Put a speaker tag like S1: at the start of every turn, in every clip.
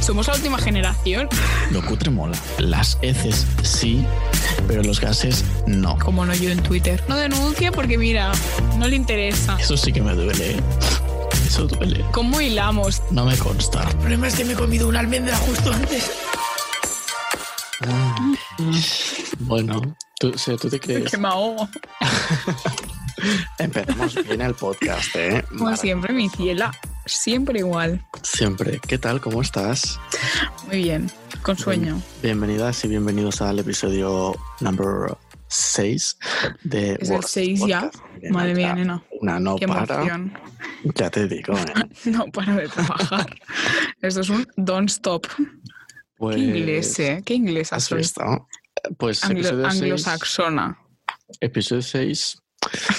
S1: somos la última generación.
S2: Lo cutre mola. Las heces sí, pero los gases no.
S1: Como no yo en Twitter. No denuncia porque mira, no le interesa.
S2: Eso sí que me duele. ¿eh? Eso duele.
S1: ¿Cómo hilamos?
S2: No me consta.
S3: El problema es que me he comido una almendra justo antes.
S2: Ah, Bueno, tú, o sea, tú te crees.
S1: Que me ahogo.
S2: Empezamos bien el podcast, ¿eh?
S1: Como siempre, mi ciela. Siempre igual.
S2: Siempre. ¿Qué tal? ¿Cómo estás?
S1: Muy bien. Con sueño.
S2: Bienvenidas y bienvenidos al episodio number 6 de
S1: Es el
S2: Words
S1: seis ya.
S2: Podcast. Bien,
S1: Madre mía,
S2: ya.
S1: nena.
S2: Una no
S1: Qué
S2: para.
S1: emoción.
S2: Ya te digo, ¿eh?
S1: No para de trabajar. Esto es un don't stop.
S2: Pues,
S1: Qué inglés, ¿eh? Qué inglesa
S2: ¿Has
S1: soy.
S2: visto? Pues
S1: Anglo-
S2: episodio 6.
S1: anglosaxona.
S2: Episodio 6.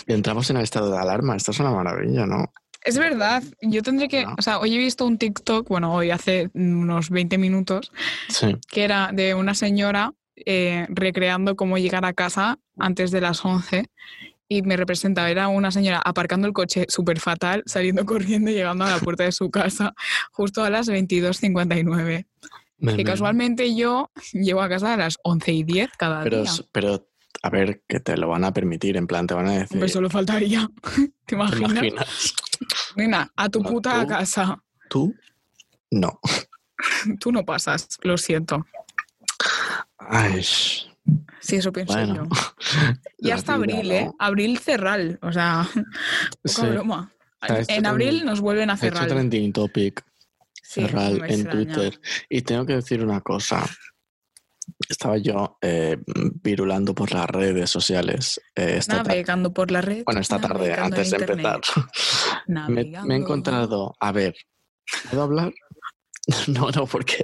S2: Entramos en el estado de alarma. Esto es una maravilla, ¿no?
S1: Es verdad, yo tendré que,
S2: ¿No?
S1: o sea, hoy he visto un TikTok, bueno, hoy hace unos 20 minutos,
S2: Sí.
S1: que era de una señora eh, recreando cómo llegar a casa antes de las 11 y me representaba, era una señora aparcando el coche súper fatal, saliendo corriendo y llegando a la puerta de su casa justo a las 22.59.
S2: Me-
S1: Que
S2: me-
S1: casualmente yo llego a casa a las 11 y 10 cada
S2: Pero,
S1: día.
S2: pero, a ver, que te lo van a permitir. En plan, te van a decir.
S1: Hombre, solo faltaría. ¿Te
S2: eh, ¿Te
S1: imaginas?
S2: imaginas?
S1: Nena, a tu
S2: No,
S1: puta
S2: tú.
S1: casa.
S2: Tú, no.
S1: Tú no pasas, lo siento.
S2: Ay,
S1: Sí, eso pienso
S2: Bueno,
S1: yo. Y hasta abril, ¿eh? Abril cerral, o sea, poca broma.
S2: Está hecho
S1: En abril
S2: trending.
S1: nos vuelven a
S2: He hecho
S1: cerrar. este
S2: trending topic Ferral en Twitter. Y tengo que decir una cosa. Estaba yo eh, virulando por las redes sociales eh, esta tarde.
S1: Navegando por la red.
S2: Bueno, esta tarde,
S1: navegando en
S2: antes de
S1: internet,
S2: empezar. Me, me
S1: navegando.
S2: he encontrado, a ver, ¿puedo hablar? No, no, porque,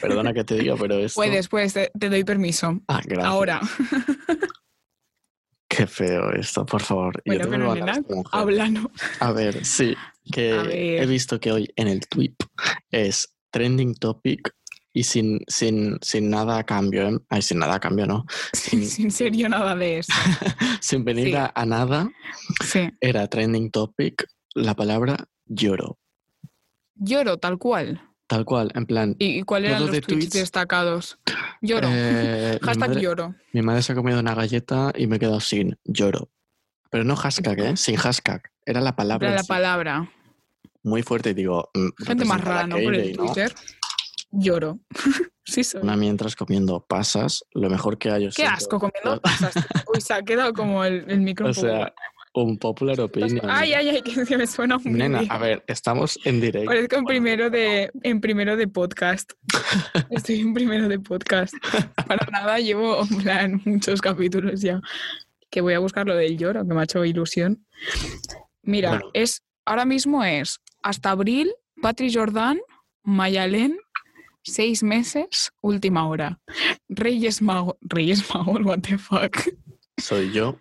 S2: perdona que te diga, pero es...
S1: Puedes, puedes, Pues te, te doy permiso.
S2: Ah, gracias.
S1: Ahora,
S2: Qué feo esto, por favor.
S1: Bueno,
S2: tengo que
S1: pero,
S2: mandar a
S1: nena,
S2: esta mujer.
S1: háblanos.
S2: A ver, sí, que
S1: A ver.
S2: he visto que hoy en el tweet es trending topic y sin, sin, sin nada a cambio, ¿eh? Ay, sin nada a cambio, ¿no?
S1: Sin, sin serio nada de eso.
S2: Sin venir
S1: Sí.
S2: a, a nada,
S1: Sí.
S2: era trending topic la palabra lloro.
S1: Lloro, tal cual.
S2: Tal cual, en plan.
S1: ¿Y, y cuáles eran
S2: Todo
S1: los
S2: de
S1: tweets,
S2: tweets.
S1: destacados? Lloro.
S2: eh, mi,
S1: Hashtag
S2: madre,
S1: lloro.
S2: mi madre se ha comido una galleta y me he quedado sin lloro. Pero no hashtag, ¿eh? Sin hashtag. Era la palabra.
S1: Era
S2: en
S1: la
S2: sí.
S1: palabra.
S2: Muy fuerte y digo. mm,
S1: Gente más
S2: representa a
S1: rara, ¿no? Por el este.
S2: Kayleigh, ¿no?
S1: Twitter. Lloro. sí, soy.
S2: Una mientras comiendo pasas, lo mejor que hay. yo
S1: Qué
S2: siento.
S1: asco comiendo pasas. Uy, se ha quedado como el, el micro.
S2: O
S1: un poco-
S2: sea, un popular opinion.
S1: Ay, ay, ay, que, que me suena un
S2: Pues, Nena, ah,
S1: vídeo.
S2: a ver, estamos en directo.
S1: Parezco en primero de, en primero de podcast. Estoy en primero de podcast. Para nada llevo en plan, muchos capítulos ya. Que voy a buscar lo del lloro, que me ha hecho ilusión. Mira,
S2: Bueno.
S1: es ahora mismo es hasta abril, Patri Jordán, Mayalén, seis meses, última hora. Reyes Magos, Reyes Magos, what the fuck.
S2: Soy yo.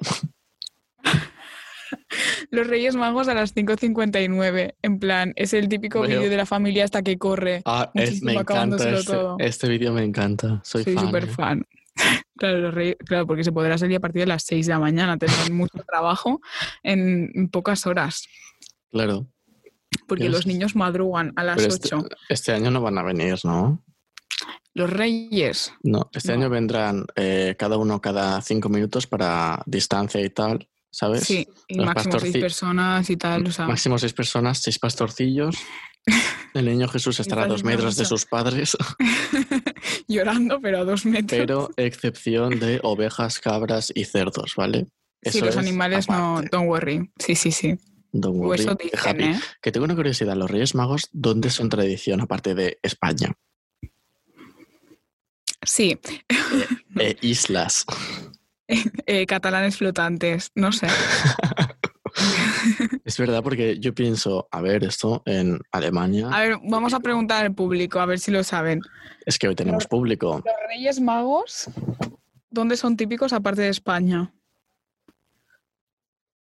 S1: Los Reyes Magos a las 5.59. En plan, es el típico
S2: Veo.
S1: vídeo de la familia hasta que corre.
S2: Ah, es-
S1: Muchísimo
S2: me encanta
S1: acabándoselo
S2: este,
S1: todo.
S2: este vídeo, me encanta. Soy,
S1: Soy
S2: fan.
S1: súper
S2: ¿eh?
S1: fan. Claro, los Reyes- claro, porque se podrá salir a partir de las 6 de la mañana. Tendrán mucho trabajo en pocas horas.
S2: Claro.
S1: Porque
S2: Dios.
S1: los niños madrugan a las
S2: Pero este,
S1: 8.
S2: este año no van a venir, ¿no?
S1: Los Reyes.
S2: No, este
S1: No.
S2: año vendrán eh, cada uno cada cinco minutos para distancia y tal, ¿sabes?
S1: Sí, y
S2: los
S1: máximo seis
S2: pastorci-
S1: personas y tal. O sea,
S2: Pues Máximo seis personas, seis pastorcillos. El niño Jesús estará a dos
S1: Padre
S2: metros de
S1: Nuestro.
S2: sus padres,
S1: llorando, pero a dos metros.
S2: pero excepción de ovejas, cabras y cerdos, ¿vale?
S1: sí,
S2: Eso
S1: los
S2: es
S1: animales no.
S2: aparte.
S1: Don't worry. Sí, sí, sí.
S2: Don't
S1: O
S2: worry,
S1: eso
S2: be
S1: dicen,
S2: happy.
S1: ¿eh?
S2: Que tengo una curiosidad, los Reyes Magos, ¿dónde son tradición aparte de España?
S1: Sí, Mm.
S2: Eh, islas.
S1: eh, catalanes flotantes. No sé.
S2: Es verdad, porque yo pienso, a ver, esto en Alemania,
S1: A ver, vamos a preguntar al público, a ver si lo saben.
S2: es que hoy tenemos público.
S1: ¿Los Reyes Magos dónde son típicos aparte de España?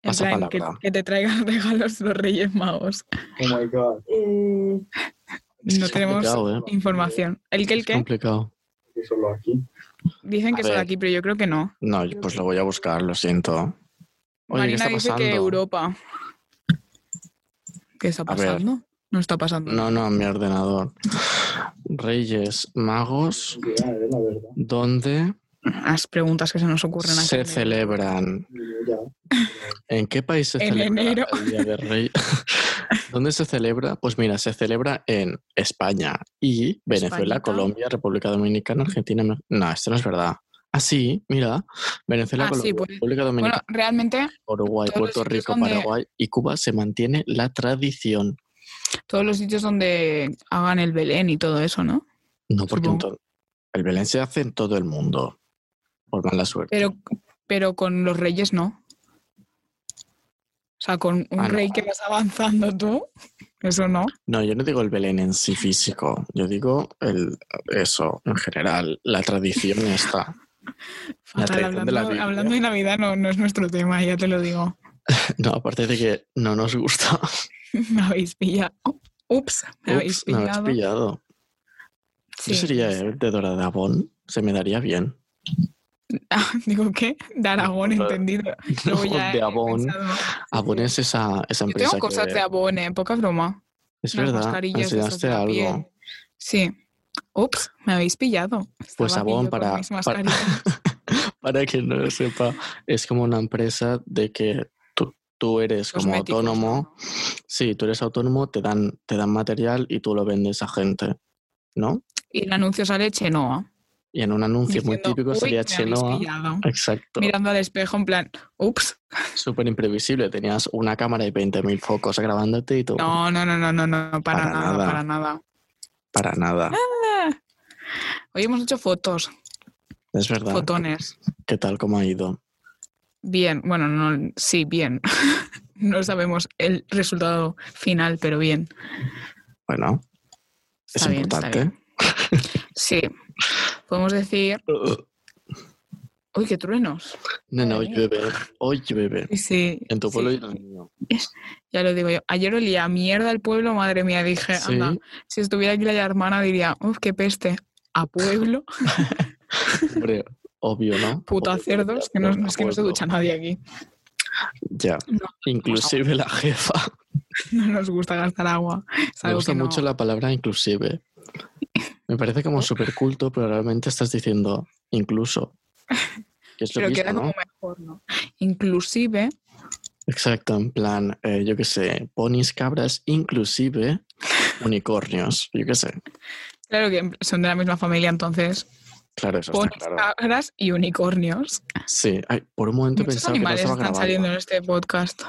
S1: En
S2: Pasa
S1: plan, que,
S2: palabra.
S1: que te traigan regalos los Reyes Magos.
S4: Oh Eh,
S2: Es que
S1: No
S2: es
S1: tenemos
S2: complicado, ¿eh?
S1: información. ¿El que el
S2: Es
S1: que
S2: complicado.
S1: dicen
S2: A
S1: que son
S2: ver.
S1: aquí, pero yo creo que no.
S2: No, pues lo voy a buscar, lo siento. Oye, ¿qué
S1: Marina
S2: está
S1: dice
S2: pasando?
S1: que Europa. ¿Qué está
S2: A ver.
S1: pasando? No está pasando.
S2: No, no, mi ordenador. Reyes Magos,
S4: ah,
S2: donde
S1: Las preguntas que se nos ocurren aquí.
S2: se celebran. ¿En qué país se
S1: En
S2: celebra
S1: enero.
S2: el Día de Reyes? ¿Dónde se celebra? Pues mira, se celebra en España y Venezuela,
S1: Españita.
S2: Colombia, República Dominicana, Argentina. Me- No, esto no es verdad. Ah, sí, mira. Venezuela,
S1: Ah, sí,
S2: Colombia,
S1: pues-
S2: República
S1: Bueno,
S2: Dominicana,
S1: realmente
S2: Uruguay,
S1: todos los
S2: Puerto
S1: sitios
S2: Rico,
S1: donde-
S2: Paraguay y Cuba se mantiene la tradición.
S1: todos los sitios donde hagan el Belén y todo eso, ¿no?
S2: No, porque
S1: Supongo.
S2: entonces el Belén se hace en todo el mundo. Por mala suerte.
S1: Pero, pero con los reyes no. O sea, con un
S2: Ah, no.
S1: rey que vas avanzando tú, eso no.
S2: No, yo no digo el Belén en sí físico, yo digo el, eso en general, la tradición está. La
S1: Fatal,
S2: tradición de la
S1: hablando,
S2: Biblia.
S1: hablando de Navidad no, no es nuestro tema, ya te lo digo.
S2: No, aparte de que no nos gusta.
S1: Me habéis pillado. Ups, me habéis
S2: Ups, me habéis
S1: pillado.
S2: pillado.
S1: Sí,
S2: yo sería
S1: no sé.
S2: el de Doradabón, se me daría bien.
S1: Ah, digo, ¿qué? De Aragón,
S2: No,
S1: entendido.
S2: No,
S1: Luego ya eh,
S2: de
S1: he
S2: Avon.
S1: pensado.
S2: Avon es esa, esa
S1: Yo
S2: empresa
S1: tengo cosas
S2: que...
S1: de Avon, eh, poca broma.
S2: Es
S1: Unas
S2: verdad, me
S1: mascarillas de esas
S2: enseñaste
S1: de la
S2: algo.
S1: piel. Sí. Ups, me habéis pillado.
S2: Pues
S1: Estaba aquí
S2: Avon
S1: yo con
S2: para-
S1: mis
S2: para-
S1: mascarillas.
S2: Para quien no lo sepa, es como una empresa de que tú, tú eres como
S1: Cosméticos,
S2: autónomo.
S1: ¿no?
S2: Sí, tú eres autónomo, te dan, te dan material y tú lo vendes a gente, ¿no?
S1: Y el anuncio sale Chenoa.
S2: Y en un anuncio muy
S1: diciendo,
S2: típico
S1: "Uy,
S2: sería ¿eh?
S1: me habéis
S2: Chenoa.
S1: pillado".
S2: Exacto.
S1: Mirando al espejo en plan, ups.
S2: Súper imprevisible. Tenías una cámara y 20.000 focos grabándote y tú.
S1: No, no, no, no, no, no, para,
S2: Para
S1: nada,
S2: nada.
S1: para nada.
S2: Para nada.
S1: Ah. Hoy hemos hecho fotos,
S2: Es verdad.
S1: fotones.
S2: ¿Qué tal? ¿Cómo ha ido?
S1: Bien, bueno, no, sí, bien. no sabemos el resultado final, pero bien.
S2: Bueno, es
S1: Está bien, está
S2: importante.
S1: bien. Sí. Podemos decir, uy, qué truenos.
S2: No, no,
S1: Madre mía.
S2: llueve. Hoy llueve.
S1: Sí, Sí.
S2: En tu
S1: sí,
S2: pueblo y en el mío.
S1: Ya lo digo yo. Ayer olía a mierda el pueblo, madre mía, dije,
S2: Sí,
S1: anda, si estuviera aquí la hermana diría, uff, qué peste. A pueblo,
S2: hombre, obvio, ¿no?
S1: puta
S2: Obvio,
S1: cerdos,
S2: ya,
S1: que no,
S2: bueno,
S1: es que no se
S2: pueblo.
S1: ducha nadie aquí.
S2: Ya.
S1: No,
S2: Inclusive la jefa.
S1: No nos gusta gastar agua. Es
S2: Me
S1: algo
S2: gusta
S1: que no-
S2: mucho la palabra inclusive. Me parece como súper culto, pero realmente estás diciendo incluso. Que es lo
S1: Pero
S2: mismo,
S1: queda
S2: ¿no?
S1: como mejor, ¿no? Inclusive,
S2: Exacto, en plan, eh, yo qué sé, ponis, cabras, inclusive unicornios, yo qué sé.
S1: claro que son de la misma familia, entonces,
S2: Claro, eso
S1: ponis,
S2: está claro.
S1: cabras y unicornios.
S2: Sí, ay, por un momento
S1: Muchos
S2: pensaba que no
S1: animales
S2: estaba
S1: están saliendo
S2: grabando.
S1: en este podcast.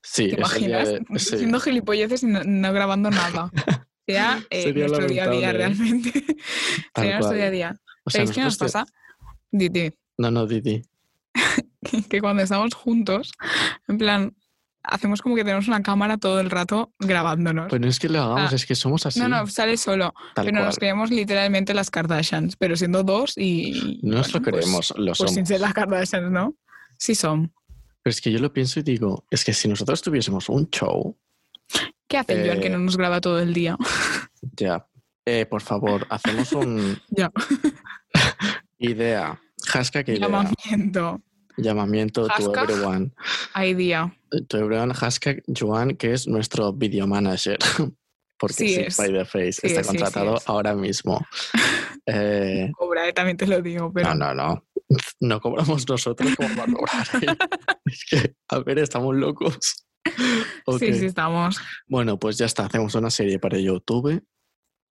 S2: Sí,
S1: ¿Te
S2: es el día
S1: imaginas?
S2: de- sí.
S1: Diciendo gilipolleces y no, no grabando nada. Sería eh,
S2: Sería
S1: nuestro día a día
S2: lamentable. ¿eh?
S1: realmente.
S2: Tal
S1: Sería nuestro
S2: cual.
S1: día a día.
S2: O sea,
S1: ¿Sabéis qué nos
S2: nosotros te-
S1: pasa? Diti,
S2: No, no, Didi.
S1: Ah. que cuando estamos juntos, en plan, hacemos como que tenemos una cámara todo el rato grabándonos.
S2: Pero no es que lo hagamos,
S1: Ah,
S2: es que somos así.
S1: no, no, sale solo.
S2: tal
S1: pero
S2: cual.
S1: nos creemos literalmente las Kardashians, pero siendo dos y.
S2: No nos lo
S1: bueno, pues-
S2: creemos, lo
S1: Pues, sin
S2: somos.
S1: ser las Kardashians, ¿no? Sí son.
S2: Pero es que yo lo pienso y digo, es que si nosotros tuviésemos un show,
S1: ¿Qué hace Joan que
S2: Eh,
S1: no nos graba todo el día?
S2: Ya. Eh, por favor, hacemos un.
S1: Ya.
S2: idea. Hashtag idea.
S1: Llamamiento.
S2: Llamamiento to
S1: Hashtag.
S2: everyone.
S1: Hay día.
S2: To everyone, hashtag Joan, que es nuestro video manager. Porque
S1: Sí
S2: sí,
S1: es.
S2: by the face.
S1: Sí
S2: está
S1: es, sí es, sí
S2: contratado
S1: es.
S2: ahora mismo. Eh,
S1: Cobra, eh, también te lo digo, pero.
S2: No, no, no. No cobramos nosotros como va a cobrar. él? es que, a ver, estamos locos. Ok.
S1: Sí, sí, estamos.
S2: Bueno, pues ya está. Hacemos una serie para YouTube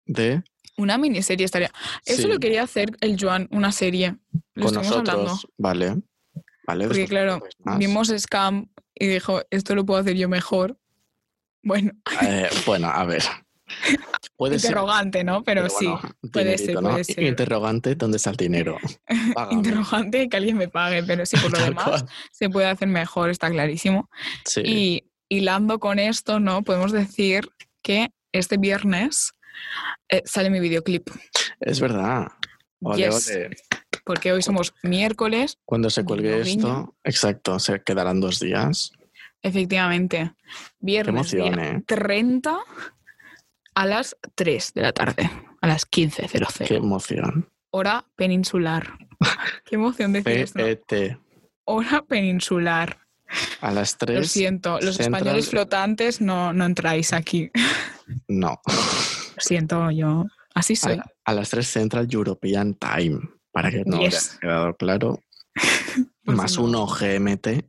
S2: de
S1: Una miniserie estaría. Eso
S2: Sí.
S1: lo quería hacer el Joan, una serie. Lo
S2: con
S1: estuvimos
S2: nosotros.
S1: hablando.
S2: Vale. Vale,
S1: Porque,
S2: después
S1: claro,
S2: pues más.
S1: Vimos Scam y dijo, esto lo puedo hacer yo mejor. Bueno,
S2: Eh, bueno, a ver. Puede ser.
S1: interrogante, ¿no? Pero, sí.
S2: bueno,
S1: puede ser, puede ser.
S2: Interrogante, ¿dónde está el dinero? Págame.
S1: Interrogante que alguien me pague, pero sí, por lo
S2: Tal
S1: demás
S2: cual.
S1: se puede hacer mejor, está clarísimo.
S2: Sí,
S1: Y hilando con esto, ¿no? Podemos decir que este viernes eh, sale mi videoclip.
S2: es verdad. Ole,
S1: Yes,
S2: ole.
S1: porque hoy somos miércoles,
S2: Cuando se cuelgue
S1: Guiño, guiño.
S2: esto, exacto, se quedarán dos días.
S1: efectivamente.
S2: Qué
S1: Viernes, día
S2: emoción, ¿eh?
S1: 30 a las 3 de la tarde, a las 15.00.
S2: Qué emoción.
S1: Hora peninsular. Qué emoción decir esto.
S2: eh,
S1: ¿no?
S2: PET,
S1: Hora peninsular.
S2: E a las
S1: Lo
S2: tres,
S1: siento, los
S2: Central-
S1: españoles flotantes no, no entráis aquí.
S2: no.
S1: Lo siento, yo Así soy.
S2: A, la- a las 3 Central European Time. Para que no
S1: Yes.
S2: haya quedado claro.
S1: Por
S2: Más
S1: si no.
S2: uno GMT.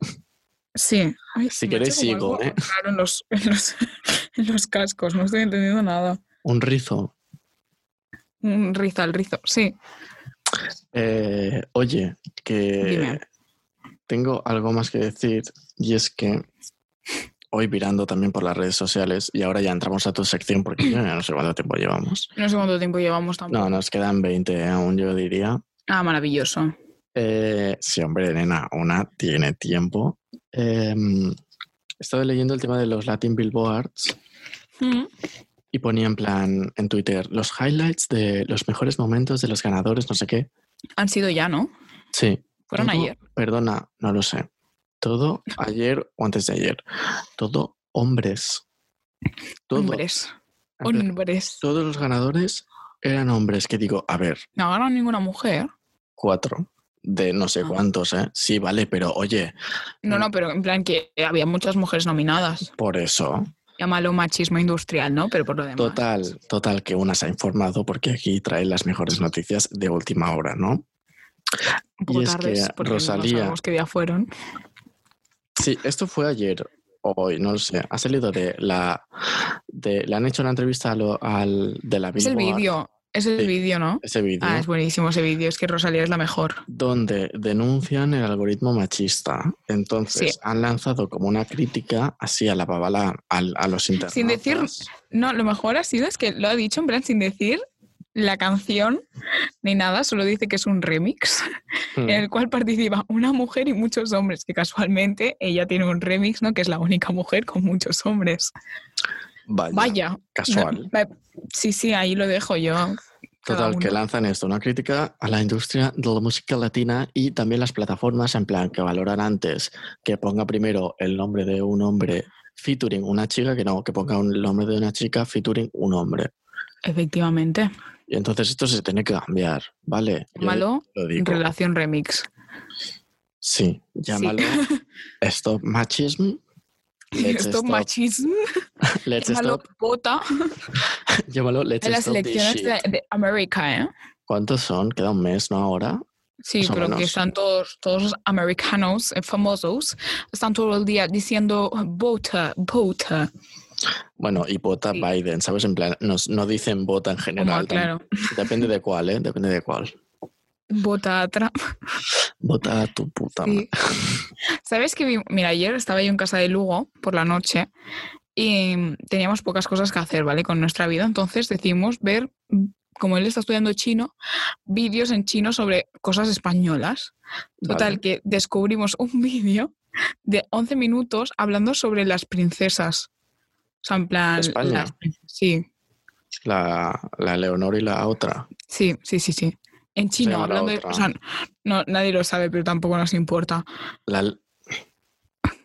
S1: Sí. Ay,
S2: Si
S1: me ha
S2: queréis
S1: hecho como
S2: sigo,
S1: algo
S2: ¿eh?
S1: raro en los, en los- en los cascos, no estoy entendiendo nada.
S2: Un rizo.
S1: Un rizo al rizo, sí.
S2: Eh, oye, que
S1: Dime.
S2: tengo algo más que decir y es que hoy mirando también por las redes sociales y ahora ya entramos a tu sección porque yo ya no sé cuánto tiempo llevamos.
S1: No sé cuánto tiempo llevamos tampoco.
S2: No, nos quedan 20 aún, yo diría.
S1: Ah, maravilloso.
S2: Eh, sí, hombre, nena, una tiene tiempo. Eh, he estado leyendo el tema de los Latin Billboards y ponía en plan en Twitter los highlights de los mejores momentos de los ganadores, no sé qué.
S1: Han sido ya, ¿no?
S2: Sí,
S1: Fueron
S2: Todo-
S1: ayer.
S2: Perdona, no lo sé. Todo ayer o antes de ayer. Todo hombres. Todo,
S1: Hombres.
S2: en plan,
S1: Hombres.
S2: todos los ganadores eran hombres. Que digo, a ver,
S1: No ganó ninguna mujer.
S2: cuatro de no sé
S1: Ah.
S2: cuántos, ¿eh? Sí, vale, pero oye,
S1: No,
S2: Mm.
S1: no, pero en plan que había muchas mujeres nominadas.
S2: por eso.
S1: Llámalo machismo industrial, ¿no? Pero por lo demás.
S2: Total, total, que una se ha informado porque aquí trae las mejores noticias de última hora, ¿no?
S1: Un poco
S2: y es
S1: tardes,
S2: que
S1: porque no
S2: Rosalía-
S1: sabemos qué día fueron.
S2: Sí, esto fue ayer o hoy, no lo sé. Ha salido de la. De, le han hecho una entrevista a lo- al, de la
S1: Es el
S2: Billboard,
S1: vídeo. Es el
S2: Sí.
S1: vídeo, ¿no?
S2: Ese vídeo.
S1: Ah, es buenísimo ese vídeo. Es que Rosalía es la mejor.
S2: donde denuncian el algoritmo machista. Entonces
S1: Sí.
S2: han lanzado como una crítica así a la babalá, al- a, los internautas.
S1: Sin decir- No, lo mejor ha sido es que lo ha dicho en plan sin decir la canción ni nada, solo dice que es un remix
S2: Mm,
S1: en el cual participa una mujer y muchos hombres, que casualmente ella tiene un remix, ¿no? Que es la única mujer con muchos hombres.
S2: Vaya,
S1: Vaya.
S2: Casual.
S1: Va- Sí, sí, ahí lo dejo yo. cada
S2: Total, que
S1: uno.
S2: lanzan esto, una crítica a la industria de la música latina y también las plataformas en plan que valoran antes que ponga primero el nombre de un hombre featuring una chica que no, que ponga un- el nombre de una chica featuring un hombre.
S1: Efectivamente.
S2: Y entonces esto se tiene que cambiar, ¿vale? Yo
S1: Malo,
S2: lo digo.
S1: relación remix.
S2: Sí, llámalo Stop Machism. Let's
S1: Stop
S2: stop-
S1: machismo.
S2: Let's
S1: Llámalo
S2: stop.
S1: bota
S2: Llámalo Let's
S1: en las
S2: stop this
S1: elecciones de,
S2: shit.
S1: de América, ¿eh?
S2: ¿Cuántos son? Queda un mes, ¿no? Ahora.
S1: Sí,
S2: Más o
S1: pero que
S2: menos.
S1: están todos, todos los americanos eh, famosos, están todo el día diciendo vota, vota.
S2: Bueno, y vota
S1: Sí.
S2: Biden, ¿sabes? En plan, nos, no dicen vota en
S1: Como,
S2: general. tam-
S1: claro,
S2: Depende de cuál, ¿eh? Depende de cuál.
S1: vota a Trump.
S2: Vota a tu puta
S1: Sí.
S2: madre.
S1: ¿Sabes que vi- Mira, ayer estaba yo en casa de Lugo por la noche y mm, teníamos pocas cosas que hacer, ¿vale? Con nuestra vida. Entonces decidimos ver, mm, como él está estudiando chino, vídeos en chino sobre cosas españolas. Total,
S2: Vale.
S1: que descubrimos un vídeo de 11 minutos hablando sobre las princesas. O sea, en plan...
S2: España.
S1: las prin- sí,
S2: La, la Leonor y la otra.
S1: sí, sí, sí, sí. En chino,
S2: llama la
S1: hablando... de- o
S2: otra?
S1: sea, no, nadie lo sabe, pero tampoco nos importa.
S2: La-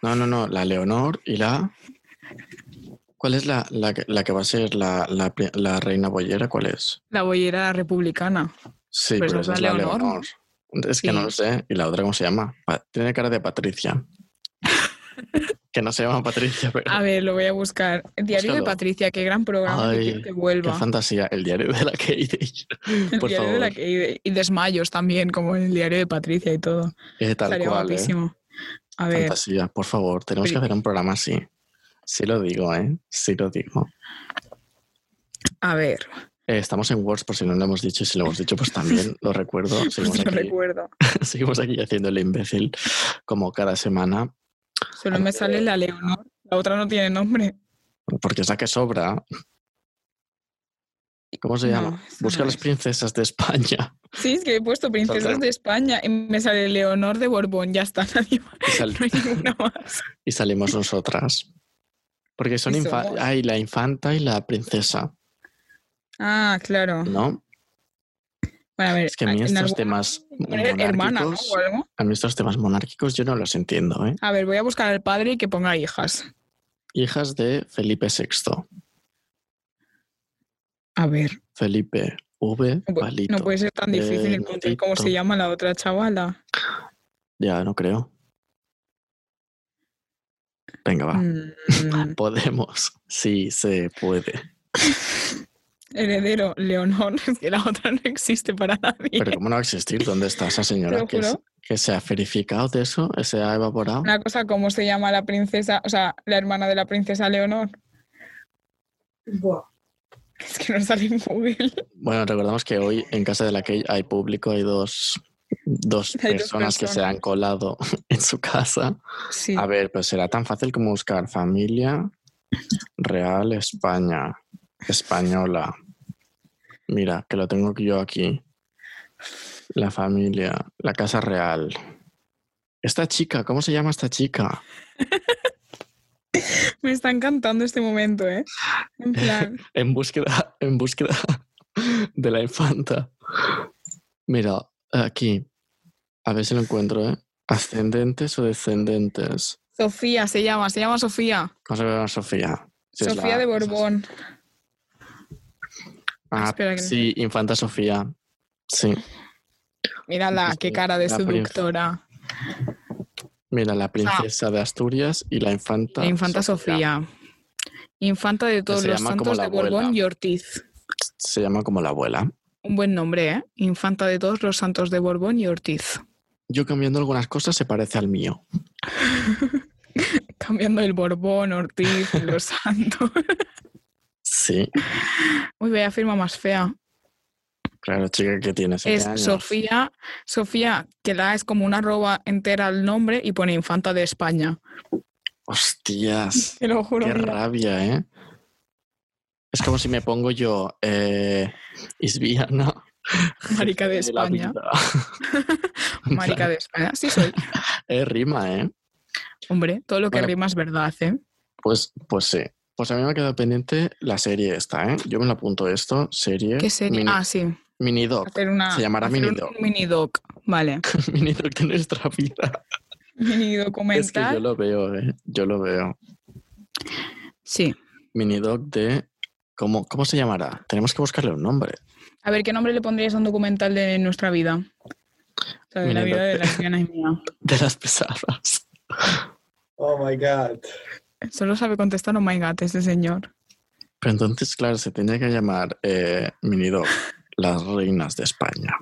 S2: No, no, no. La Leonor y la. ¿Cuál es la, la, que- la que va a ser la, la, pri- la reina boyera? ¿Cuál es?
S1: La boyera republicana.
S2: Sí,
S1: Pues
S2: pero
S1: es
S2: esa es
S1: la
S2: la
S1: Leonor.
S2: Leonor. Es que no
S1: Sí.
S2: lo sé. ¿Y la otra cómo se llama? Pa- Tiene cara de Patricia. que no se llama Patricia, pero
S1: A ver, lo voy a buscar. El diario
S2: Búscalo.
S1: de Patricia, qué gran programa que
S2: Ay,
S1: quiero que
S2: qué
S1: vuelva.
S2: fantasía. El diario de la Katie.
S1: El
S2: Por
S1: diario de la
S2: favor.
S1: que- y de- y desmayos también, como el diario de Patricia y todo.
S2: Eh, tal
S1: Estaría
S2: cual, ¿eh?
S1: guapísimo. A ver,
S2: Fantasía. Por favor, tenemos que
S1: Pri-
S2: hacer un programa así. Sí lo digo, ¿eh? Sí lo digo.
S1: a ver,
S2: Eh, estamos en Words, por si no lo hemos dicho. Y si lo hemos dicho, pues también lo recuerdo. Seguimos,
S1: no
S2: aquí,
S1: Pues recuerdo.
S2: seguimos aquí haciendo el imbécil como cada semana.
S1: Solo me sale la Leonor. La otra no tiene nombre.
S2: Porque es la que sobra. ¿Cómo se
S1: No,
S2: llama?
S1: esa no
S2: Busca a las
S1: es.
S2: princesas de España.
S1: Sí, es que he puesto princesas de España y me sale Leonor de Borbón. Ya está, nadie más.
S2: Y, sal-
S1: No hay ninguna más.
S2: y salimos nosotras. Porque son
S1: Y
S2: infa-
S1: somos-
S2: Ay, la infanta y la princesa,
S1: Ah, claro.
S2: ¿no?
S1: Bueno, a ver.
S2: Es que a mí
S1: en
S2: estos
S1: algún-
S2: temas
S1: poner Hermana, ¿no?
S2: monárquicos,
S1: O algo.
S2: a mí estos temas monárquicos yo no los entiendo, ¿eh?
S1: A ver, voy a buscar al padre y que ponga hijas.
S2: Hijas de Felipe VI.
S1: A ver.
S2: Felipe V.
S1: No pu-
S2: Palito. Eh,
S1: No puede ser tan difícil encontrar cómo se
S2: Benedicto.
S1: llama la otra chavala.
S2: Ya, no creo. Venga, va.
S1: Mm,
S2: Podemos. Sí, se puede.
S1: heredero Leonor, es que la otra no existe para nadie.
S2: Pero ¿cómo no va a existir? ¿Dónde está esa señora
S1: lo
S2: que,
S1: juro.
S2: se- que se ha verificado de eso? ¿Se ha evaporado?
S1: Una cosa, ¿cómo se llama la princesa? O sea, la hermana de la princesa Leonor.
S4: Buah.
S1: Es que no sale en Google.
S2: Bueno, recordamos que hoy en casa de la que hay público, hay dos, dos
S1: Hay dos
S2: personas que se
S1: personas.
S2: han colado en su casa.
S1: Sí.
S2: A ver, pues será tan fácil como buscar familia real España, española. Mira, que lo tengo yo aquí. La familia, la casa real. Esta chica, ¿cómo se llama esta chica?
S1: Me está encantando este momento, ¿eh? En plan,
S2: En búsqueda, en búsqueda de la infanta. Mira, aquí. A ver si lo encuentro, ¿eh? Ascendentes o descendentes.
S1: Sofía se llama, se llama Sofía.
S2: ¿Cómo se llama Sofía? Si es
S1: Sofía
S2: la-
S1: de
S2: esa es-
S1: Borbón.
S2: Ah,
S1: Espera que no-
S2: sí, Infanta Sofía. Sí.
S1: Mírala, qué
S2: Sí,
S1: cara de
S2: la prim-
S1: seductora.
S2: Mira, la princesa de Asturias y la infanta.
S1: Ah. La infanta Sofía. Infanta de todos
S2: se
S1: los
S2: llama como
S1: santos
S2: la
S1: de Borbón
S2: abuela.
S1: y Ortiz.
S2: Se llama como la abuela.
S1: Un buen nombre, ¿eh? Infanta de todos los santos de Borbón y Ortiz.
S2: Yo cambiando algunas cosas se parece al mío.
S1: Cambiando el Borbón, Ortiz, y los santos.
S2: Sí,
S1: Uy, vaya firma más fea.
S2: claro, chica que tiene siete
S1: Es
S2: años.
S1: Sofía, Sofía, que la es como una arroba entera al nombre y pone Infanta de España.
S2: Hostias,
S1: Te lo juro.
S2: qué
S1: mira.
S2: rabia, ¿eh? Es como si me pongo yo, eh, Isbiana.
S1: Marica de
S2: jefe la
S1: España.
S2: vida.
S1: Marica de España. Sí soy.
S2: Eh, rima, ¿eh?
S1: Hombre, todo lo que
S2: Vale.
S1: rima es verdad, ¿eh?
S2: Pues, pues sí. Pues a mí me ha quedado pendiente la serie esta, ¿eh? Yo me la apunto esto, serie.
S1: ¿Qué serie?
S2: Mini,
S1: Ah, sí.
S2: Minidoc.
S1: Hacer una,
S2: Se llamará
S1: hacer un-
S2: Minidoc.
S1: un minidoc. Vale.
S2: Minidoc de nuestra vida. Es que
S1: Minidocumental.
S2: yo lo veo, ¿eh? Yo lo veo.
S1: Sí.
S2: Minidoc de... ¿Cómo, ¿Cómo se llamará? Tenemos que buscarle un nombre.
S1: A ver, ¿qué nombre le pondrías a un documental de nuestra vida? O sea, de la
S2: Minidoc
S1: vida de
S2: de-
S1: la lesbiana y mía.
S2: De las pesadas.
S4: Oh my god.
S1: Solo sabe contestar, oh my god, este señor.
S2: Pero entonces, claro, se tenía que llamar eh, Minidoc las reinas de España.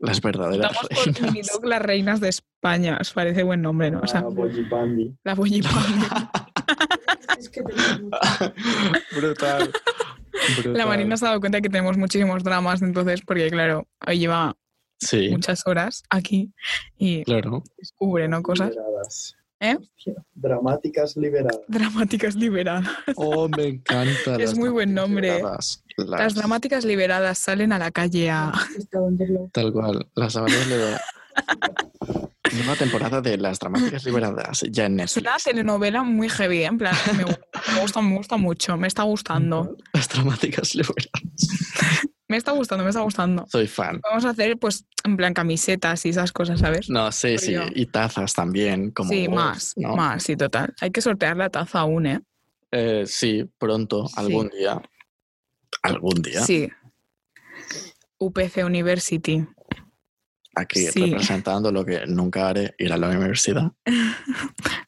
S2: Las verdaderas
S1: Estamos por
S2: reinas.
S1: Minidoc, las reinas de España. Os parece buen nombre, ¿no? O sea,
S4: Ah, Boji Bambi.
S1: la Bollipambi.
S4: Es que tengo-
S2: Brutal.
S1: La Marina se ha dado cuenta que tenemos muchísimos dramas, entonces, porque claro, hoy lleva
S2: Sí,
S1: muchas horas aquí y
S2: claro.
S1: descubre, ¿no? Cosas
S4: liberadas.
S1: ¿Eh?
S4: Hostia, Dramáticas liberadas.
S1: dramáticas liberadas.
S2: Oh, me encanta.
S1: Es
S2: las
S1: muy buen
S2: dramáticas
S1: nombre.
S2: liberadas. Las,
S1: Las dramáticas liberadas salen a la calle a...
S4: Hasta donde lo-
S2: Tal cual. Las dramáticas liberadas. Nueva temporada de Las dramáticas liberadas. Ya en
S1: Es una
S2: Netflix.
S1: telenovela muy heavy, ¿eh? en plan, me gusta, me gusta, me gusta mucho, me está gustando.
S2: Las dramáticas liberadas.
S1: Me está gustando, me está gustando.
S2: Soy fan.
S1: Vamos a hacer, pues, en plan, camisetas y esas cosas, ¿sabes?
S2: No, sí, sí.
S1: Pero-
S2: Y tazas también. Como
S1: sí,
S2: vos,
S1: más,
S2: ¿no?
S1: más, sí, total. Hay que sortear la taza aún, ¿eh?
S2: Eh, sí, pronto,
S1: Sí.
S2: algún día. Algún día.
S1: Sí. UPC University.
S2: Aquí
S1: Sí.
S2: representando lo que nunca haré, ir a la universidad.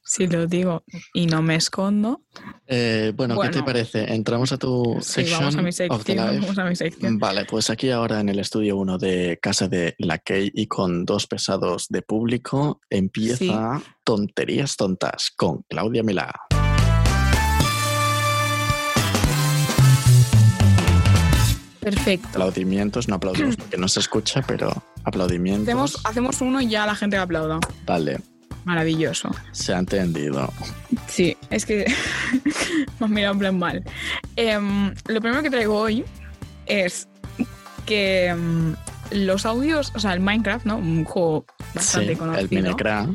S1: Si lo digo y no me escondo.
S2: Eh, bueno, ¿qué te
S1: Bueno.
S2: parece? Entramos a tu
S1: Sí, vamos a mi
S2: section of the
S1: sección.
S2: life.
S1: Vamos a mi sección.
S2: Vale, pues aquí ahora en el estudio 1 de Casa de la Key y con dos pesados de público empieza Tonterías Tontas con Claudia Milá.
S1: Perfecto.
S2: Aplaudimientos, no aplaudimos porque no se escucha, pero aplaudimientos.
S1: Hacemos, hacemos uno y ya la gente aplauda.
S2: Vale,
S1: Maravilloso.
S2: se ha entendido.
S1: Sí, es que me has mirado en plan mal. Em, lo primero que traigo hoy es que em, los audios, o sea, el Minecraft, ¿no? Un juego bastante
S2: Sí,
S1: conocido,
S2: el Minecraft,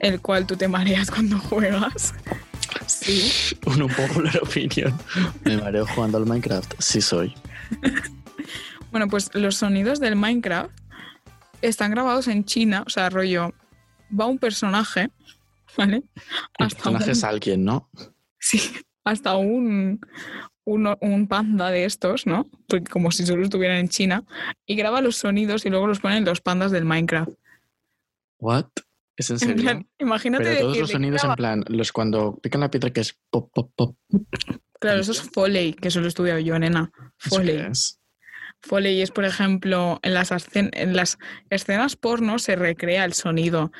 S1: el cual tú te mareas cuando juegas. Sí.
S2: un popular opinion. Me mareo jugando al Minecraft, sí soy.
S1: Bueno, pues los sonidos del Minecraft están grabados en China, o sea, rollo, va un personaje, ¿vale?
S2: El
S1: Hasta un-
S2: personaje es alguien, ¿no?
S1: Sí, hasta un, un, un panda de estos, ¿no? Porque como si solo estuvieran en China. Y graba los sonidos y luego los ponen los pandas del Minecraft.
S2: What? ¿Es en
S1: En
S2: serio?
S1: plan, imagínate
S2: pero
S1: de
S2: todos
S1: que
S2: los
S1: te
S2: sonidos en
S1: graba-
S2: plan, los cuando pican la piedra que es pop, pop, pop,
S1: Claro, eso es Foley, que solo he estudiado yo, nena.
S2: ¿Eso qué
S1: Foley.
S2: es?
S1: Foley es, por ejemplo, en las, escen- en las escenas porno se recrea el sonido.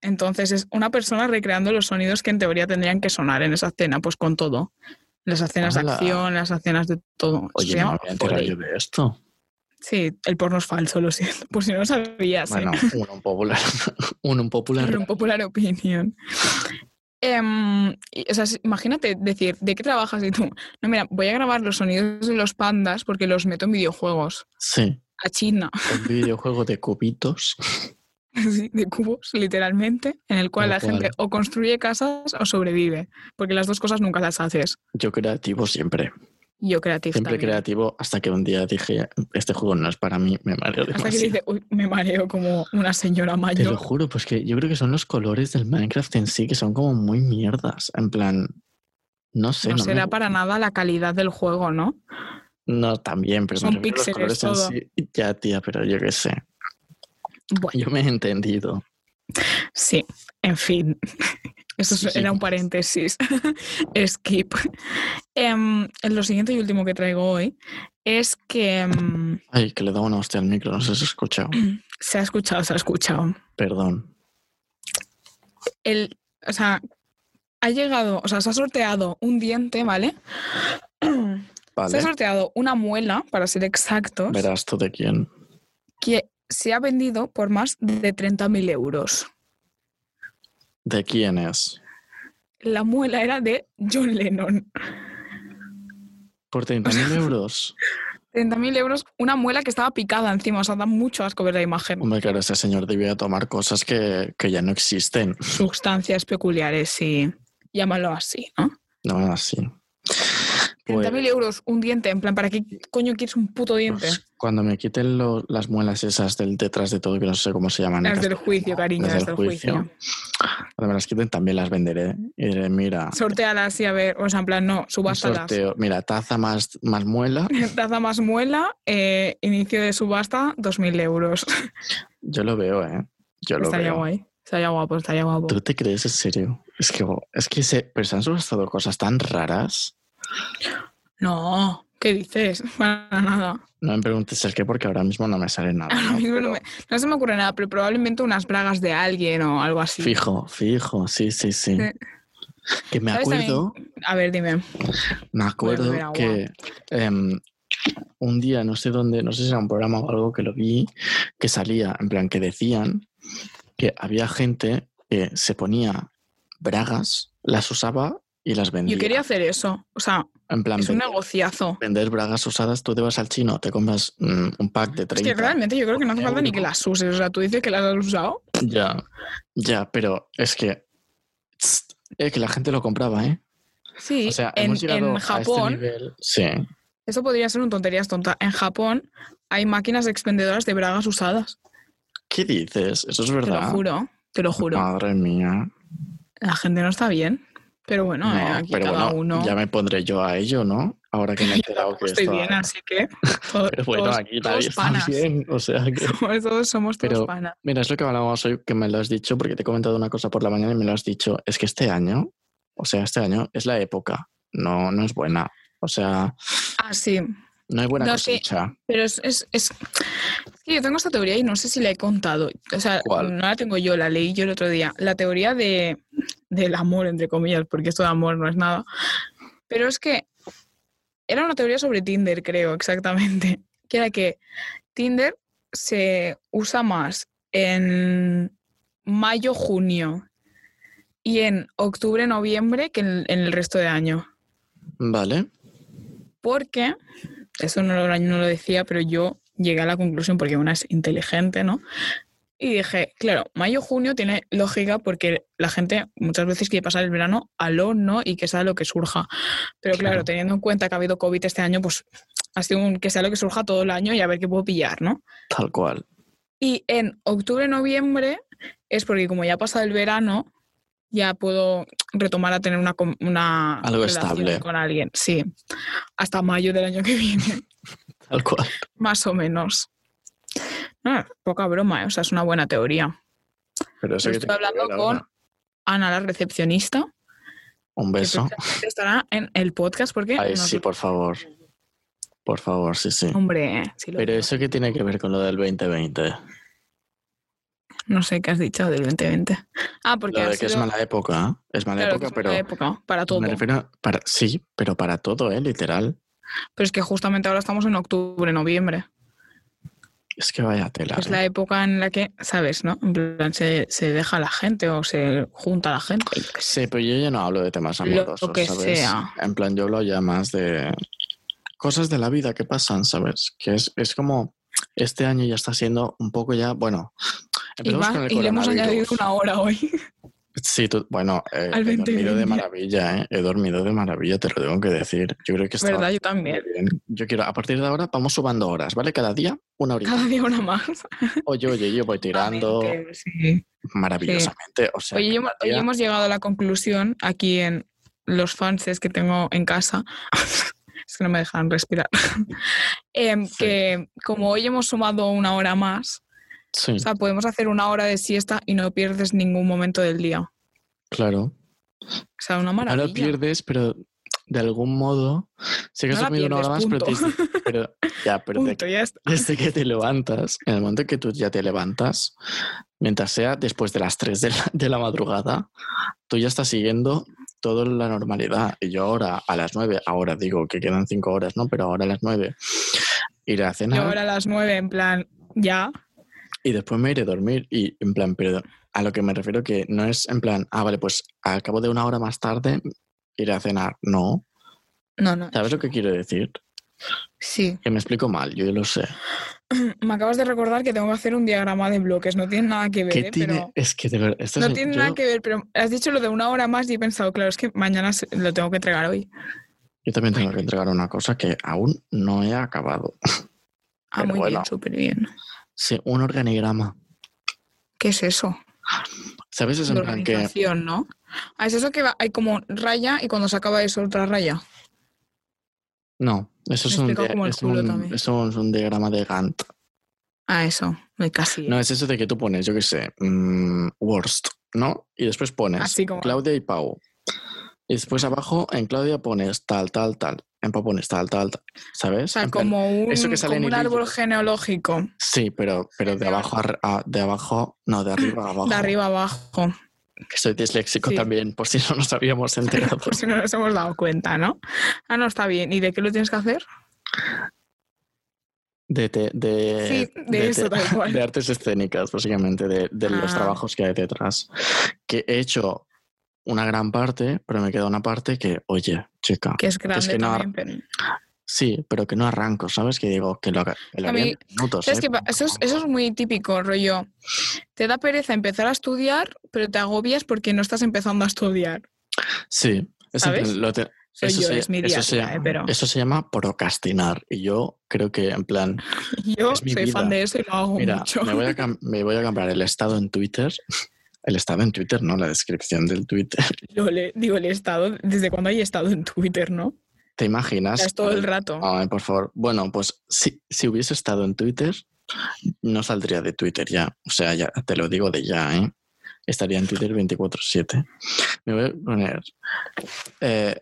S1: Entonces es una persona recreando los sonidos que en teoría tendrían que sonar en esa escena, pues con todo. Las escenas de
S2: ¡Hala!
S1: acción, las escenas de todo. Eso se
S2: Oye, no
S1: llama
S2: me voy a enterar
S1: Foley.
S2: yo de esto.
S1: Sí, el porno es falso, lo siento. Por si no lo sabías. ¿eh?
S2: Bueno, un un popular. un un
S1: Pero
S2: popular.
S1: un popular opinion. Em, y, o sea, si- imagínate decir, ¿de qué trabajas? Y tú, no, mira, voy a grabar los sonidos de los pandas porque los meto en videojuegos.
S2: Sí,
S1: A China.
S2: un videojuego de cubitos.
S1: Sí, de cubos, literalmente, en el cual
S2: Tal
S1: la gente o construye casas o sobrevive, porque las dos cosas nunca las haces.
S2: Yo creativo siempre.
S1: Yo creativo
S2: Siempre
S1: también.
S2: creativo hasta que un día dije, este juego no es para mí, me mareo
S1: Hasta que
S2: demasiado.
S1: dice, "Uy, me mareo como una señora
S2: Te lo
S1: mayor.
S2: juro, pues que yo creo que son los colores del Minecraft en sí, que son como muy mierdas. En plan, no sé.
S1: no
S2: me
S1: será
S2: gu-
S1: para nada la calidad del juego, ¿no?
S2: No, también, pero me
S1: Son
S2: refiero a los
S1: píxeles,
S2: colores en
S1: todo.
S2: sí. Ya, tía, pero yo qué sé.
S1: Bueno,
S2: Yo me he entendido.
S1: sí, en fin. Eso es- era un
S2: Seguimos.
S1: paréntesis. Skip. Em, lo siguiente y último que traigo hoy es que em,
S2: Ay, que le da una hostia al micro, no sé si se ha escuchado.
S1: se ha escuchado, se ha escuchado.
S2: Perdón.
S1: el, o sea, ha llegado, o sea, se ha sorteado un diente, ¿vale? Se
S2: Vale.
S1: ha sorteado una muela, para ser exactos,
S2: Verás tú de quién.
S1: que se ha vendido por más de 30.000 euros.
S2: ¿De quién es?
S1: La muela era de John Lennon.
S2: Por 30.000 euros.
S1: 30.000 euros, una muela que estaba picada encima, o sea, da mucho asco ver la imagen.
S2: Hombre, claro, ese señor debía tomar cosas que, que ya no existen.
S1: Sustancias peculiares, y Llámalo así, ¿no?
S2: No, así.
S1: 30.000 euros, un diente, en plan, ¿para qué coño quieres un puto diente?
S2: Pues Pues, cuando me quiten lo- las muelas esas del detrás de todo, que no sé cómo se llaman. en
S1: Desde el juicio,
S2: castellano,
S1: cariño,
S2: desde
S1: desde el juicio.
S2: Cuando me las quiten también las venderé. Y diré, mira,
S1: Sortéala así, a ver, o sea, en plan, no,
S2: un
S1: subástalas.
S2: Ah. sorteo. Mira, taza más, más muela.
S1: Taza más muela, eh, inicio de subasta, 2.000 euros.
S2: Yo lo veo, ¿eh? Yo lo
S1: estaría
S2: veo.
S1: guay. Estaría guapo, estaría guapo.
S2: ¿Tú te crees en serio? Es que, es que se, pero se han subastado cosas tan raras.
S1: No, ¿qué dices? Para nada.
S2: No me preguntes el qué porque ahora mismo no me sale nada.
S1: Ahora
S2: ¿no?
S1: mismo no,
S2: Pero
S1: me- no se me ocurre nada, pero probablemente unas bragas de alguien o algo así.
S2: Fijo, fijo, sí, sí, sí. Que me
S1: ¿Sabes también?
S2: acuerdo,
S1: A ver, dime.
S2: me
S1: beber
S2: acuerdo
S1: agua.
S2: que em, un día, no sé dónde, no sé si era un programa o algo que lo vi, que salía, en plan, que decían que había gente que se ponía bragas, las usaba y las vendía.
S1: Yo quería hacer eso. O sea,
S2: en plan,
S1: es un
S2: vender,
S1: negociazo.
S2: vender bragas usadas, tú te vas al chino, te compras mm, un pack de 30.
S1: Es que realmente yo creo que no hace falta ni que las uses. O sea, tú dices que las has usado.
S2: Ya, ya, pero es que. tss, Es que la gente lo compraba, ¿eh?
S1: Sí,
S2: O sea,
S1: en,
S2: hemos llegado
S1: en
S2: a este
S1: Japón.
S2: nivel. Sí,
S1: Eso podría ser un tonterías tonta. En Japón hay máquinas expendedoras de bragas usadas.
S2: ¿qué dices? Eso es
S1: Te lo
S2: verdad. Ah.
S1: juro, te lo juro.
S2: Madre mía.
S1: La gente no está bien. Pero bueno, eh,
S2: No,
S1: aquí
S2: pero
S1: cada
S2: bueno,
S1: uno. pues
S2: ya me pondré yo a ello, ¿no? Ahora que me he enterado que
S1: Estoy
S2: esto-
S1: bien, así que. todo-
S2: Pero bueno,
S1: todos,
S2: aquí
S1: todos
S2: nadie está
S1: panas.
S2: bien. O sea que.
S1: Somos- todos somos todos
S2: Pero-
S1: panas.
S2: Mira, es lo que hablábamos hoy, que me lo has dicho, porque te he comentado una cosa por la mañana y me lo has dicho. Es que este año, o sea, este año es la época. No, no es buena. O sea,
S1: Ah, sí.
S2: no hay buena
S1: No, sí.
S2: cosecha.
S1: Pero es, es, es- es que yo tengo esta teoría y no sé si la he contado. O sea,
S2: ¿Cuál?
S1: no la tengo yo, la leí yo el otro día. La teoría de, del amor, entre comillas, porque esto de amor no es nada. Pero es que era una teoría sobre Tinder, creo, exactamente. Que era que Tinder se usa más en mayo, junio y en octubre, noviembre que en- en el resto de año.
S2: Vale.
S1: Porque, eso no lo, no lo decía, pero yo llegué a la conclusión porque una es inteligente, ¿no? Y dije, claro, mayo-junio tiene lógica porque la gente muchas veces quiere pasar el verano al horno y que sea lo que surja. Pero claro,
S2: Claro.
S1: teniendo en cuenta que ha habido COVID este año, pues ha sido un que sea lo que surja todo el año y a ver qué puedo pillar, ¿no?
S2: Tal cual.
S1: Y en octubre-noviembre es porque como ya ha pasado el verano, ya puedo retomar a tener una, com- una
S2: Algo
S1: relación
S2: estable.
S1: con alguien. Sí, hasta mayo del año que viene,
S2: Tal cual.
S1: más o menos. No, poca broma, ¿eh? o sea, es una buena teoría.
S2: Pero eso
S1: Yo
S2: que
S1: estoy
S2: tiene que
S1: hablando
S2: ver
S1: con
S2: ahora.
S1: Ana, la recepcionista,
S2: Un
S1: que
S2: beso.
S1: próximamente estará en el podcast porque
S2: Ay,
S1: nos-
S2: sí, por favor. Por favor, sí, sí.
S1: Hombre, sí eh, lo
S2: Pero
S1: veo.
S2: eso que tiene que ver con lo del 2020,
S1: no sé qué has dicho del 2020. Ah, porque
S2: lo
S1: ha
S2: de que es
S1: sido-
S2: mala época, ¿eh? es mala
S1: claro,
S2: época,
S1: que es
S2: pero
S1: mala época para todo.
S2: me refiero para sí, pero para todo, ¿eh? literal.
S1: Pero es que justamente ahora estamos en octubre, noviembre.
S2: Es que vaya
S1: Es
S2: tela. ¿eh?
S1: Pues la época en la que, ¿sabes? ¿No? En plan, se, se deja la gente o se junta la gente. yo qué sé.
S2: Sí, pero yo ya no hablo de temas
S1: Lo
S2: amorosos,
S1: que
S2: ¿sabes?
S1: sea.
S2: En plan, yo hablo ya más de cosas de la vida que pasan, ¿sabes? Que es, es como este año ya está siendo un poco ya, bueno,
S1: Y,
S2: empezamos
S1: va-
S2: con el
S1: y le hemos
S2: coronavirus.
S1: añadido una hora hoy.
S2: Sí, tú- bueno, eh,
S1: Al
S2: he
S1: 2020.
S2: dormido de maravilla, ¿eh? He dormido de maravilla, te lo tengo que decir. Yo creo que está
S1: ¿Verdad? Yo también.
S2: bien. Yo quiero, a partir de ahora vamos sumando horas, ¿vale? Cada día una horita.
S1: Cada día una más.
S2: Oye, oye, yo voy tirando
S1: Sí.
S2: maravillosamente. O sea,
S1: Oye, hemos,
S2: cada
S1: hoy
S2: día-
S1: hemos llegado a la conclusión aquí en los fanses que tengo en casa. es que no me dejan respirar. Em,
S2: Sí.
S1: Que como hoy hemos sumado una hora más,
S2: sí,
S1: o sea, podemos hacer una hora de siesta y no pierdes ningún momento del día. O
S2: claro.
S1: sea, una maravilla.
S2: Ahora pierdes, pero de algún modo. Sé que has
S1: No la
S2: dormido una hora más,
S1: pierdes,
S2: pero, te- pero- ya, pero de-
S1: Punto, ya está.
S2: desde que te levantas, en el momento en que tú ya te levantas, mientras sea después de las 3 de la, de la madrugada, tú ya estás siguiendo toda la normalidad. Y yo ahora a las 9, ahora digo que quedan 5 horas, ¿no? Pero ahora a las 9 iré a
S1: Yo
S2: cenar
S1: ahora a las nueve, en plan, ya.
S2: y después me iré a dormir. Y en plan, pero a lo que me refiero que no es en plan, ah, vale, pues al cabo de una hora más tarde iré a cenar. No.
S1: No, no.
S2: ¿Sabes lo que quiero decir?
S1: Sí.
S2: Que me explico mal, yo ya lo sé.
S1: Mm, Me acabas de recordar que tengo que hacer un diagrama de bloques. No tiene nada que ver,
S2: ¿Qué
S1: eh,
S2: tiene?
S1: pero.
S2: Es que de verdad, esto
S1: No
S2: es-
S1: tiene
S2: yo-
S1: nada que ver, pero has dicho lo de una hora más y he pensado, claro, es que mañana se- lo tengo que entregar hoy.
S2: Yo también tengo que entregar una cosa que aún no he acabado.
S1: Ah,
S2: Pero
S1: muy
S2: bueno.
S1: bien, súper bien.
S2: Sí, un organigrama.
S1: ¿Qué es eso?
S2: ¿Sabes? Es
S1: de
S2: en plan que.
S1: organización, ¿no? Ah, es eso que va- hay como raya y cuando se acaba eso otra raya.
S2: No, eso
S1: Me
S2: es un,
S1: explico
S2: dia-
S1: como el
S2: es
S1: culo
S2: un-
S1: también.
S2: eso es un diagrama de Gantt.
S1: Ah, eso. Me casi.
S2: No, es eso de que tú pones, yo qué sé, mm, worst, ¿no? Y después pones
S1: Así como-
S2: Claudia y Pau. Y después abajo en Claudia pones tal, tal, tal. En Pau pones tal, tal, tal. ¿Sabes?
S1: o sea,
S2: En plan-
S1: como un,
S2: eso que sale en
S1: como un
S2: hilillos.
S1: árbol genealógico.
S2: Sí, pero, pero de
S1: Genial.
S2: abajo a re- a- de abajo, no, de arriba a abajo.
S1: De arriba abajo.
S2: Que soy disléxico
S1: Sí.
S2: también, por si no nos habíamos enterado.
S1: Por si no nos hemos dado cuenta, ¿no? Ah, no, está bien. ¿Y de qué lo tienes que hacer?
S2: De, te- eh, de,
S1: Sí, de eso,
S2: te-
S1: tal cual.
S2: de artes escénicas, básicamente, de, de los
S1: Ah.
S2: trabajos que hay detrás. Que he hecho una gran parte, pero me queda una parte que, oye, chica,
S1: Que es grande
S2: no
S1: también, pero-
S2: sí, pero que no arranco, ¿sabes? Que digo, que lo, haga- que lo
S1: A
S2: haría en
S1: mí-
S2: minutos.
S1: ¿Sabes
S2: ¿eh?
S1: qué pa- Eso Pues es, eso es muy típico, rollo. Te da pereza empezar a estudiar, pero te agobias porque no estás empezando a estudiar.
S2: Sí, es en plan,
S1: ¿Sabes?
S2: lo te-
S1: Soy
S2: eso
S1: yo,
S2: se-
S1: es mi
S2: eso
S1: día. a
S2: se
S1: día,
S2: llama-
S1: eh, pero
S2: eso se llama procrastinar. Y yo creo que, en plan,
S1: yo
S2: es mi
S1: soy fan
S2: vida.
S1: de eso y lo hago
S2: Mira,
S1: Oh, mucho.
S2: me voy, a cam- me voy a cambiar el estado en Twitter. El estado en Twitter, no, la descripción del Twitter.
S1: Lo le- digo, el estado, ¿desde cuándo hay estado en Twitter, no?
S2: ¿Te
S1: O
S2: imaginas?
S1: sea, es todo el rato.
S2: Ay, por favor. Bueno, pues si, si hubiese estado en Twitter, no saldría de Twitter ya. O sea, ya te lo digo de ya, ¿eh? Estaría en Twitter 24-7. Me voy a poner. eh,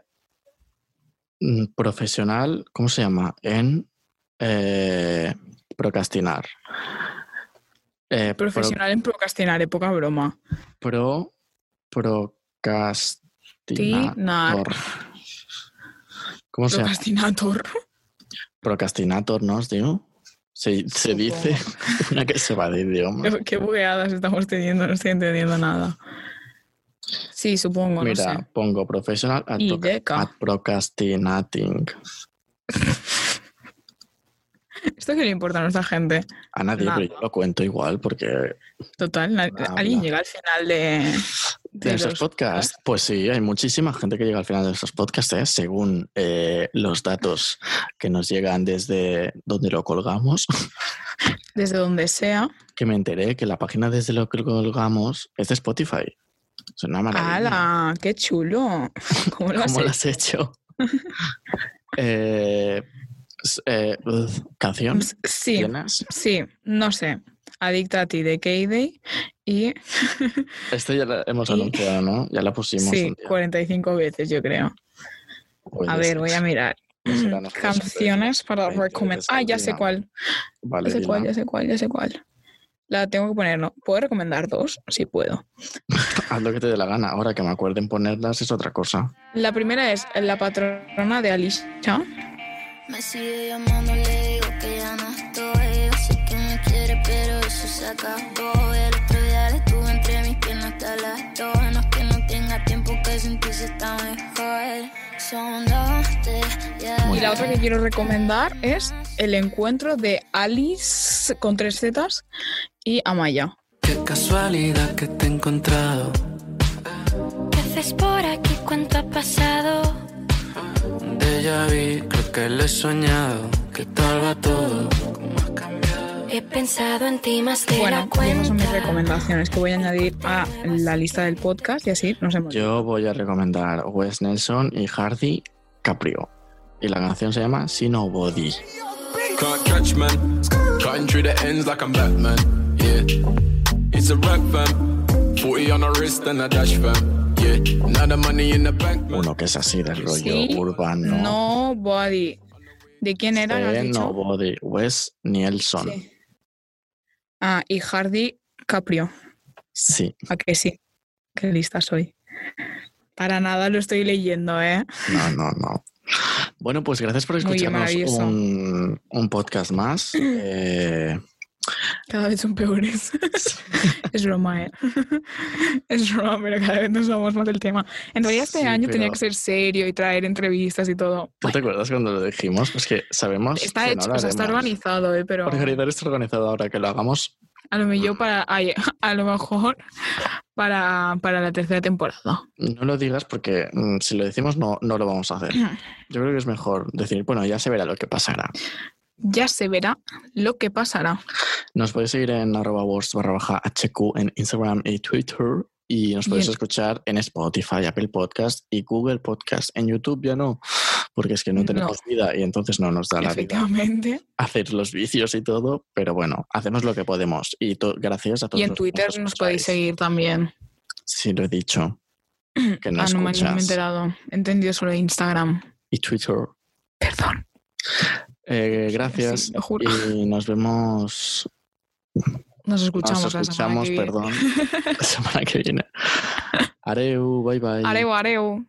S2: mm, profesional, ¿cómo se llama? En eh, procrastinar. Eh, pro-
S1: Profesional en procrastinar, eh, poca broma.
S2: pro, procrastinar.
S1: Tinar,
S2: ¿Cómo se llama?
S1: procrastinator.
S2: Procrastinator, ¿no? os digo? Se, se
S1: Supongo.
S2: dice una que se va de idioma.
S1: Qué bugueadas estamos teniendo, no estoy entendiendo nada. Sí, supongo,
S2: Mira,
S1: no sé.
S2: pongo professional at,
S1: Y
S2: proca-
S1: deca.
S2: at procrastinating.
S1: ¿Esto que le importa a nuestra gente?
S2: A nadie,
S1: Nada.
S2: pero yo lo cuento igual porque
S1: Total, na-
S2: Habla.
S1: alguien llega al final de,
S2: de,
S1: de
S2: esos
S1: los-
S2: podcasts, pues sí, hay muchísima gente que llega al final de esos podcasts, ¿eh? según eh, los datos que nos llegan desde donde lo colgamos,
S1: desde donde sea.
S2: que me enteré que la página desde lo que colgamos es de Spotify. Es una maravilla.
S1: ¡Hala! ¡Qué chulo! ¿Cómo lo has
S2: ¿Cómo
S1: hecho?
S2: lo has hecho? eh, s- eh, uf, ¿Canción?
S1: Sí,
S2: ¿Tienes?
S1: sí, no sé. Adicta a ti de K-Day y
S2: Esto Este ya la hemos
S1: Y-
S2: anunciado, ¿no? Ya la pusimos.
S1: sí,
S2: un día. Pues
S1: 45 veces yo creo.
S2: Puede
S1: A ver,
S2: ser.
S1: voy a mirar.
S2: No será nuestro
S1: Canciones para
S2: Ahí, ya
S1: recomendar.
S2: les
S1: Ah, ya sé
S2: saldría.
S1: cuál.
S2: sorpresa. Vale,
S1: Ya sé cuál,
S2: dila.
S1: ya sé cuál, ya sé cuál. La tengo que poner, ¿no? ¿Puedo recomendar dos? Sí puedo.
S2: Haz lo que te dé la gana. Ahora que me acuerden ponerlas es otra cosa.
S1: La primera es La patrona de Alicia.
S5: Me sigue llamando, le digo que ya no estoy. Yo sé que me quiere, pero eso se acabó. El otro día le estuve entre mis piernas hasta las dos. No es que no tenga tiempo, que sin ti se está mejor. Son dos, tres, ya.
S1: Y la otra que quiero recomendar es El encuentro de Alice con tres Zetas y Amaya.
S6: Qué casualidad que te he encontrado.
S5: ¿Qué haces por aquí? ¿Cuánto ha pasado?
S6: Déjà vu, creo que lo he soñado. ¿Qué tal va todo? ¿Cómo has cambiado?
S5: He pensado en ti más de
S1: Bueno,
S5: la
S1: y
S5: cuenta.
S1: esas son mis recomendaciones que voy a añadir a la lista del podcast y así nos hemos.
S2: Yo voy a recomendar Wes Nelson y Hardy Caprio. Y la canción se llama See Nobody.
S7: Can't catch man. Cutting through the ends like I'm Batman. Yeah. It's a rap fam. 40 on the wrist and a dash fam. Yeah. Now the money in the bank man.
S2: Uno que es así del rollo
S1: Sí,
S2: urbano.
S1: No, Body. ¿De quién era? ¿Lo has
S2: See
S1: dicho?
S2: Nobody. Wes Nelson.
S1: Sí. Ah, y Hardy Caprio.
S2: Sí.
S1: ¿A que sí? Qué lista soy. Para nada lo estoy leyendo, ¿eh?
S2: No, no, no. Bueno, pues gracias por
S1: Muy bien,
S2: escucharnos
S1: maravilloso.
S2: un, un podcast más. Eh,
S1: Cada vez son peores. es broma, ¿eh? es broma, pero cada vez nos vamos más del tema. En realidad este
S2: Sí,
S1: año tenía
S2: pero-
S1: que ser serio y traer entrevistas y todo.
S2: ¿Tú te acuerdas cuando lo dijimos? Pues que sabemos.
S1: Está
S2: que
S1: hecho,
S2: no lo
S1: o sea, está
S2: haremos.
S1: organizado, ¿eh? Pero
S2: Organizar está organizado ahora que lo hagamos.
S1: a lo mejor para, ay, a lo mejor para, para la tercera temporada.
S2: No lo digas porque mm, si lo decimos no, no lo vamos a hacer. Yo creo que es mejor decir, bueno, ya se verá lo que pasará.
S1: Ya se verá lo que pasará.
S2: Nos podéis seguir en arroba words barra baja HQ en Instagram y Twitter. Y nos
S1: Y
S2: podéis
S1: en-
S2: escuchar en Spotify, Apple Podcast y Google Podcast. En YouTube ya no, porque es que no
S1: No.
S2: tenemos vida y entonces no nos da la vida
S1: Efectivamente.
S2: hacer los vicios y todo. Pero bueno, hacemos lo que podemos. Y to- gracias a todos.
S1: Y en
S2: los que
S1: Twitter nos podéis
S2: escucháis.
S1: seguir también.
S2: Sí, lo he dicho. Que no
S1: ah, no me, no me he
S2: escuchas.
S1: enterado. He entendido solo de Instagram.
S2: y Twitter.
S1: Perdón.
S2: Eh, gracias.
S1: Sí, lo juro.
S2: y nos vemos.
S1: Nos escuchamos,
S2: nos
S1: la semana
S2: escuchamos,
S1: que viene.
S2: perdón. La semana que viene. Areu, bye bye.
S1: Areu, areu.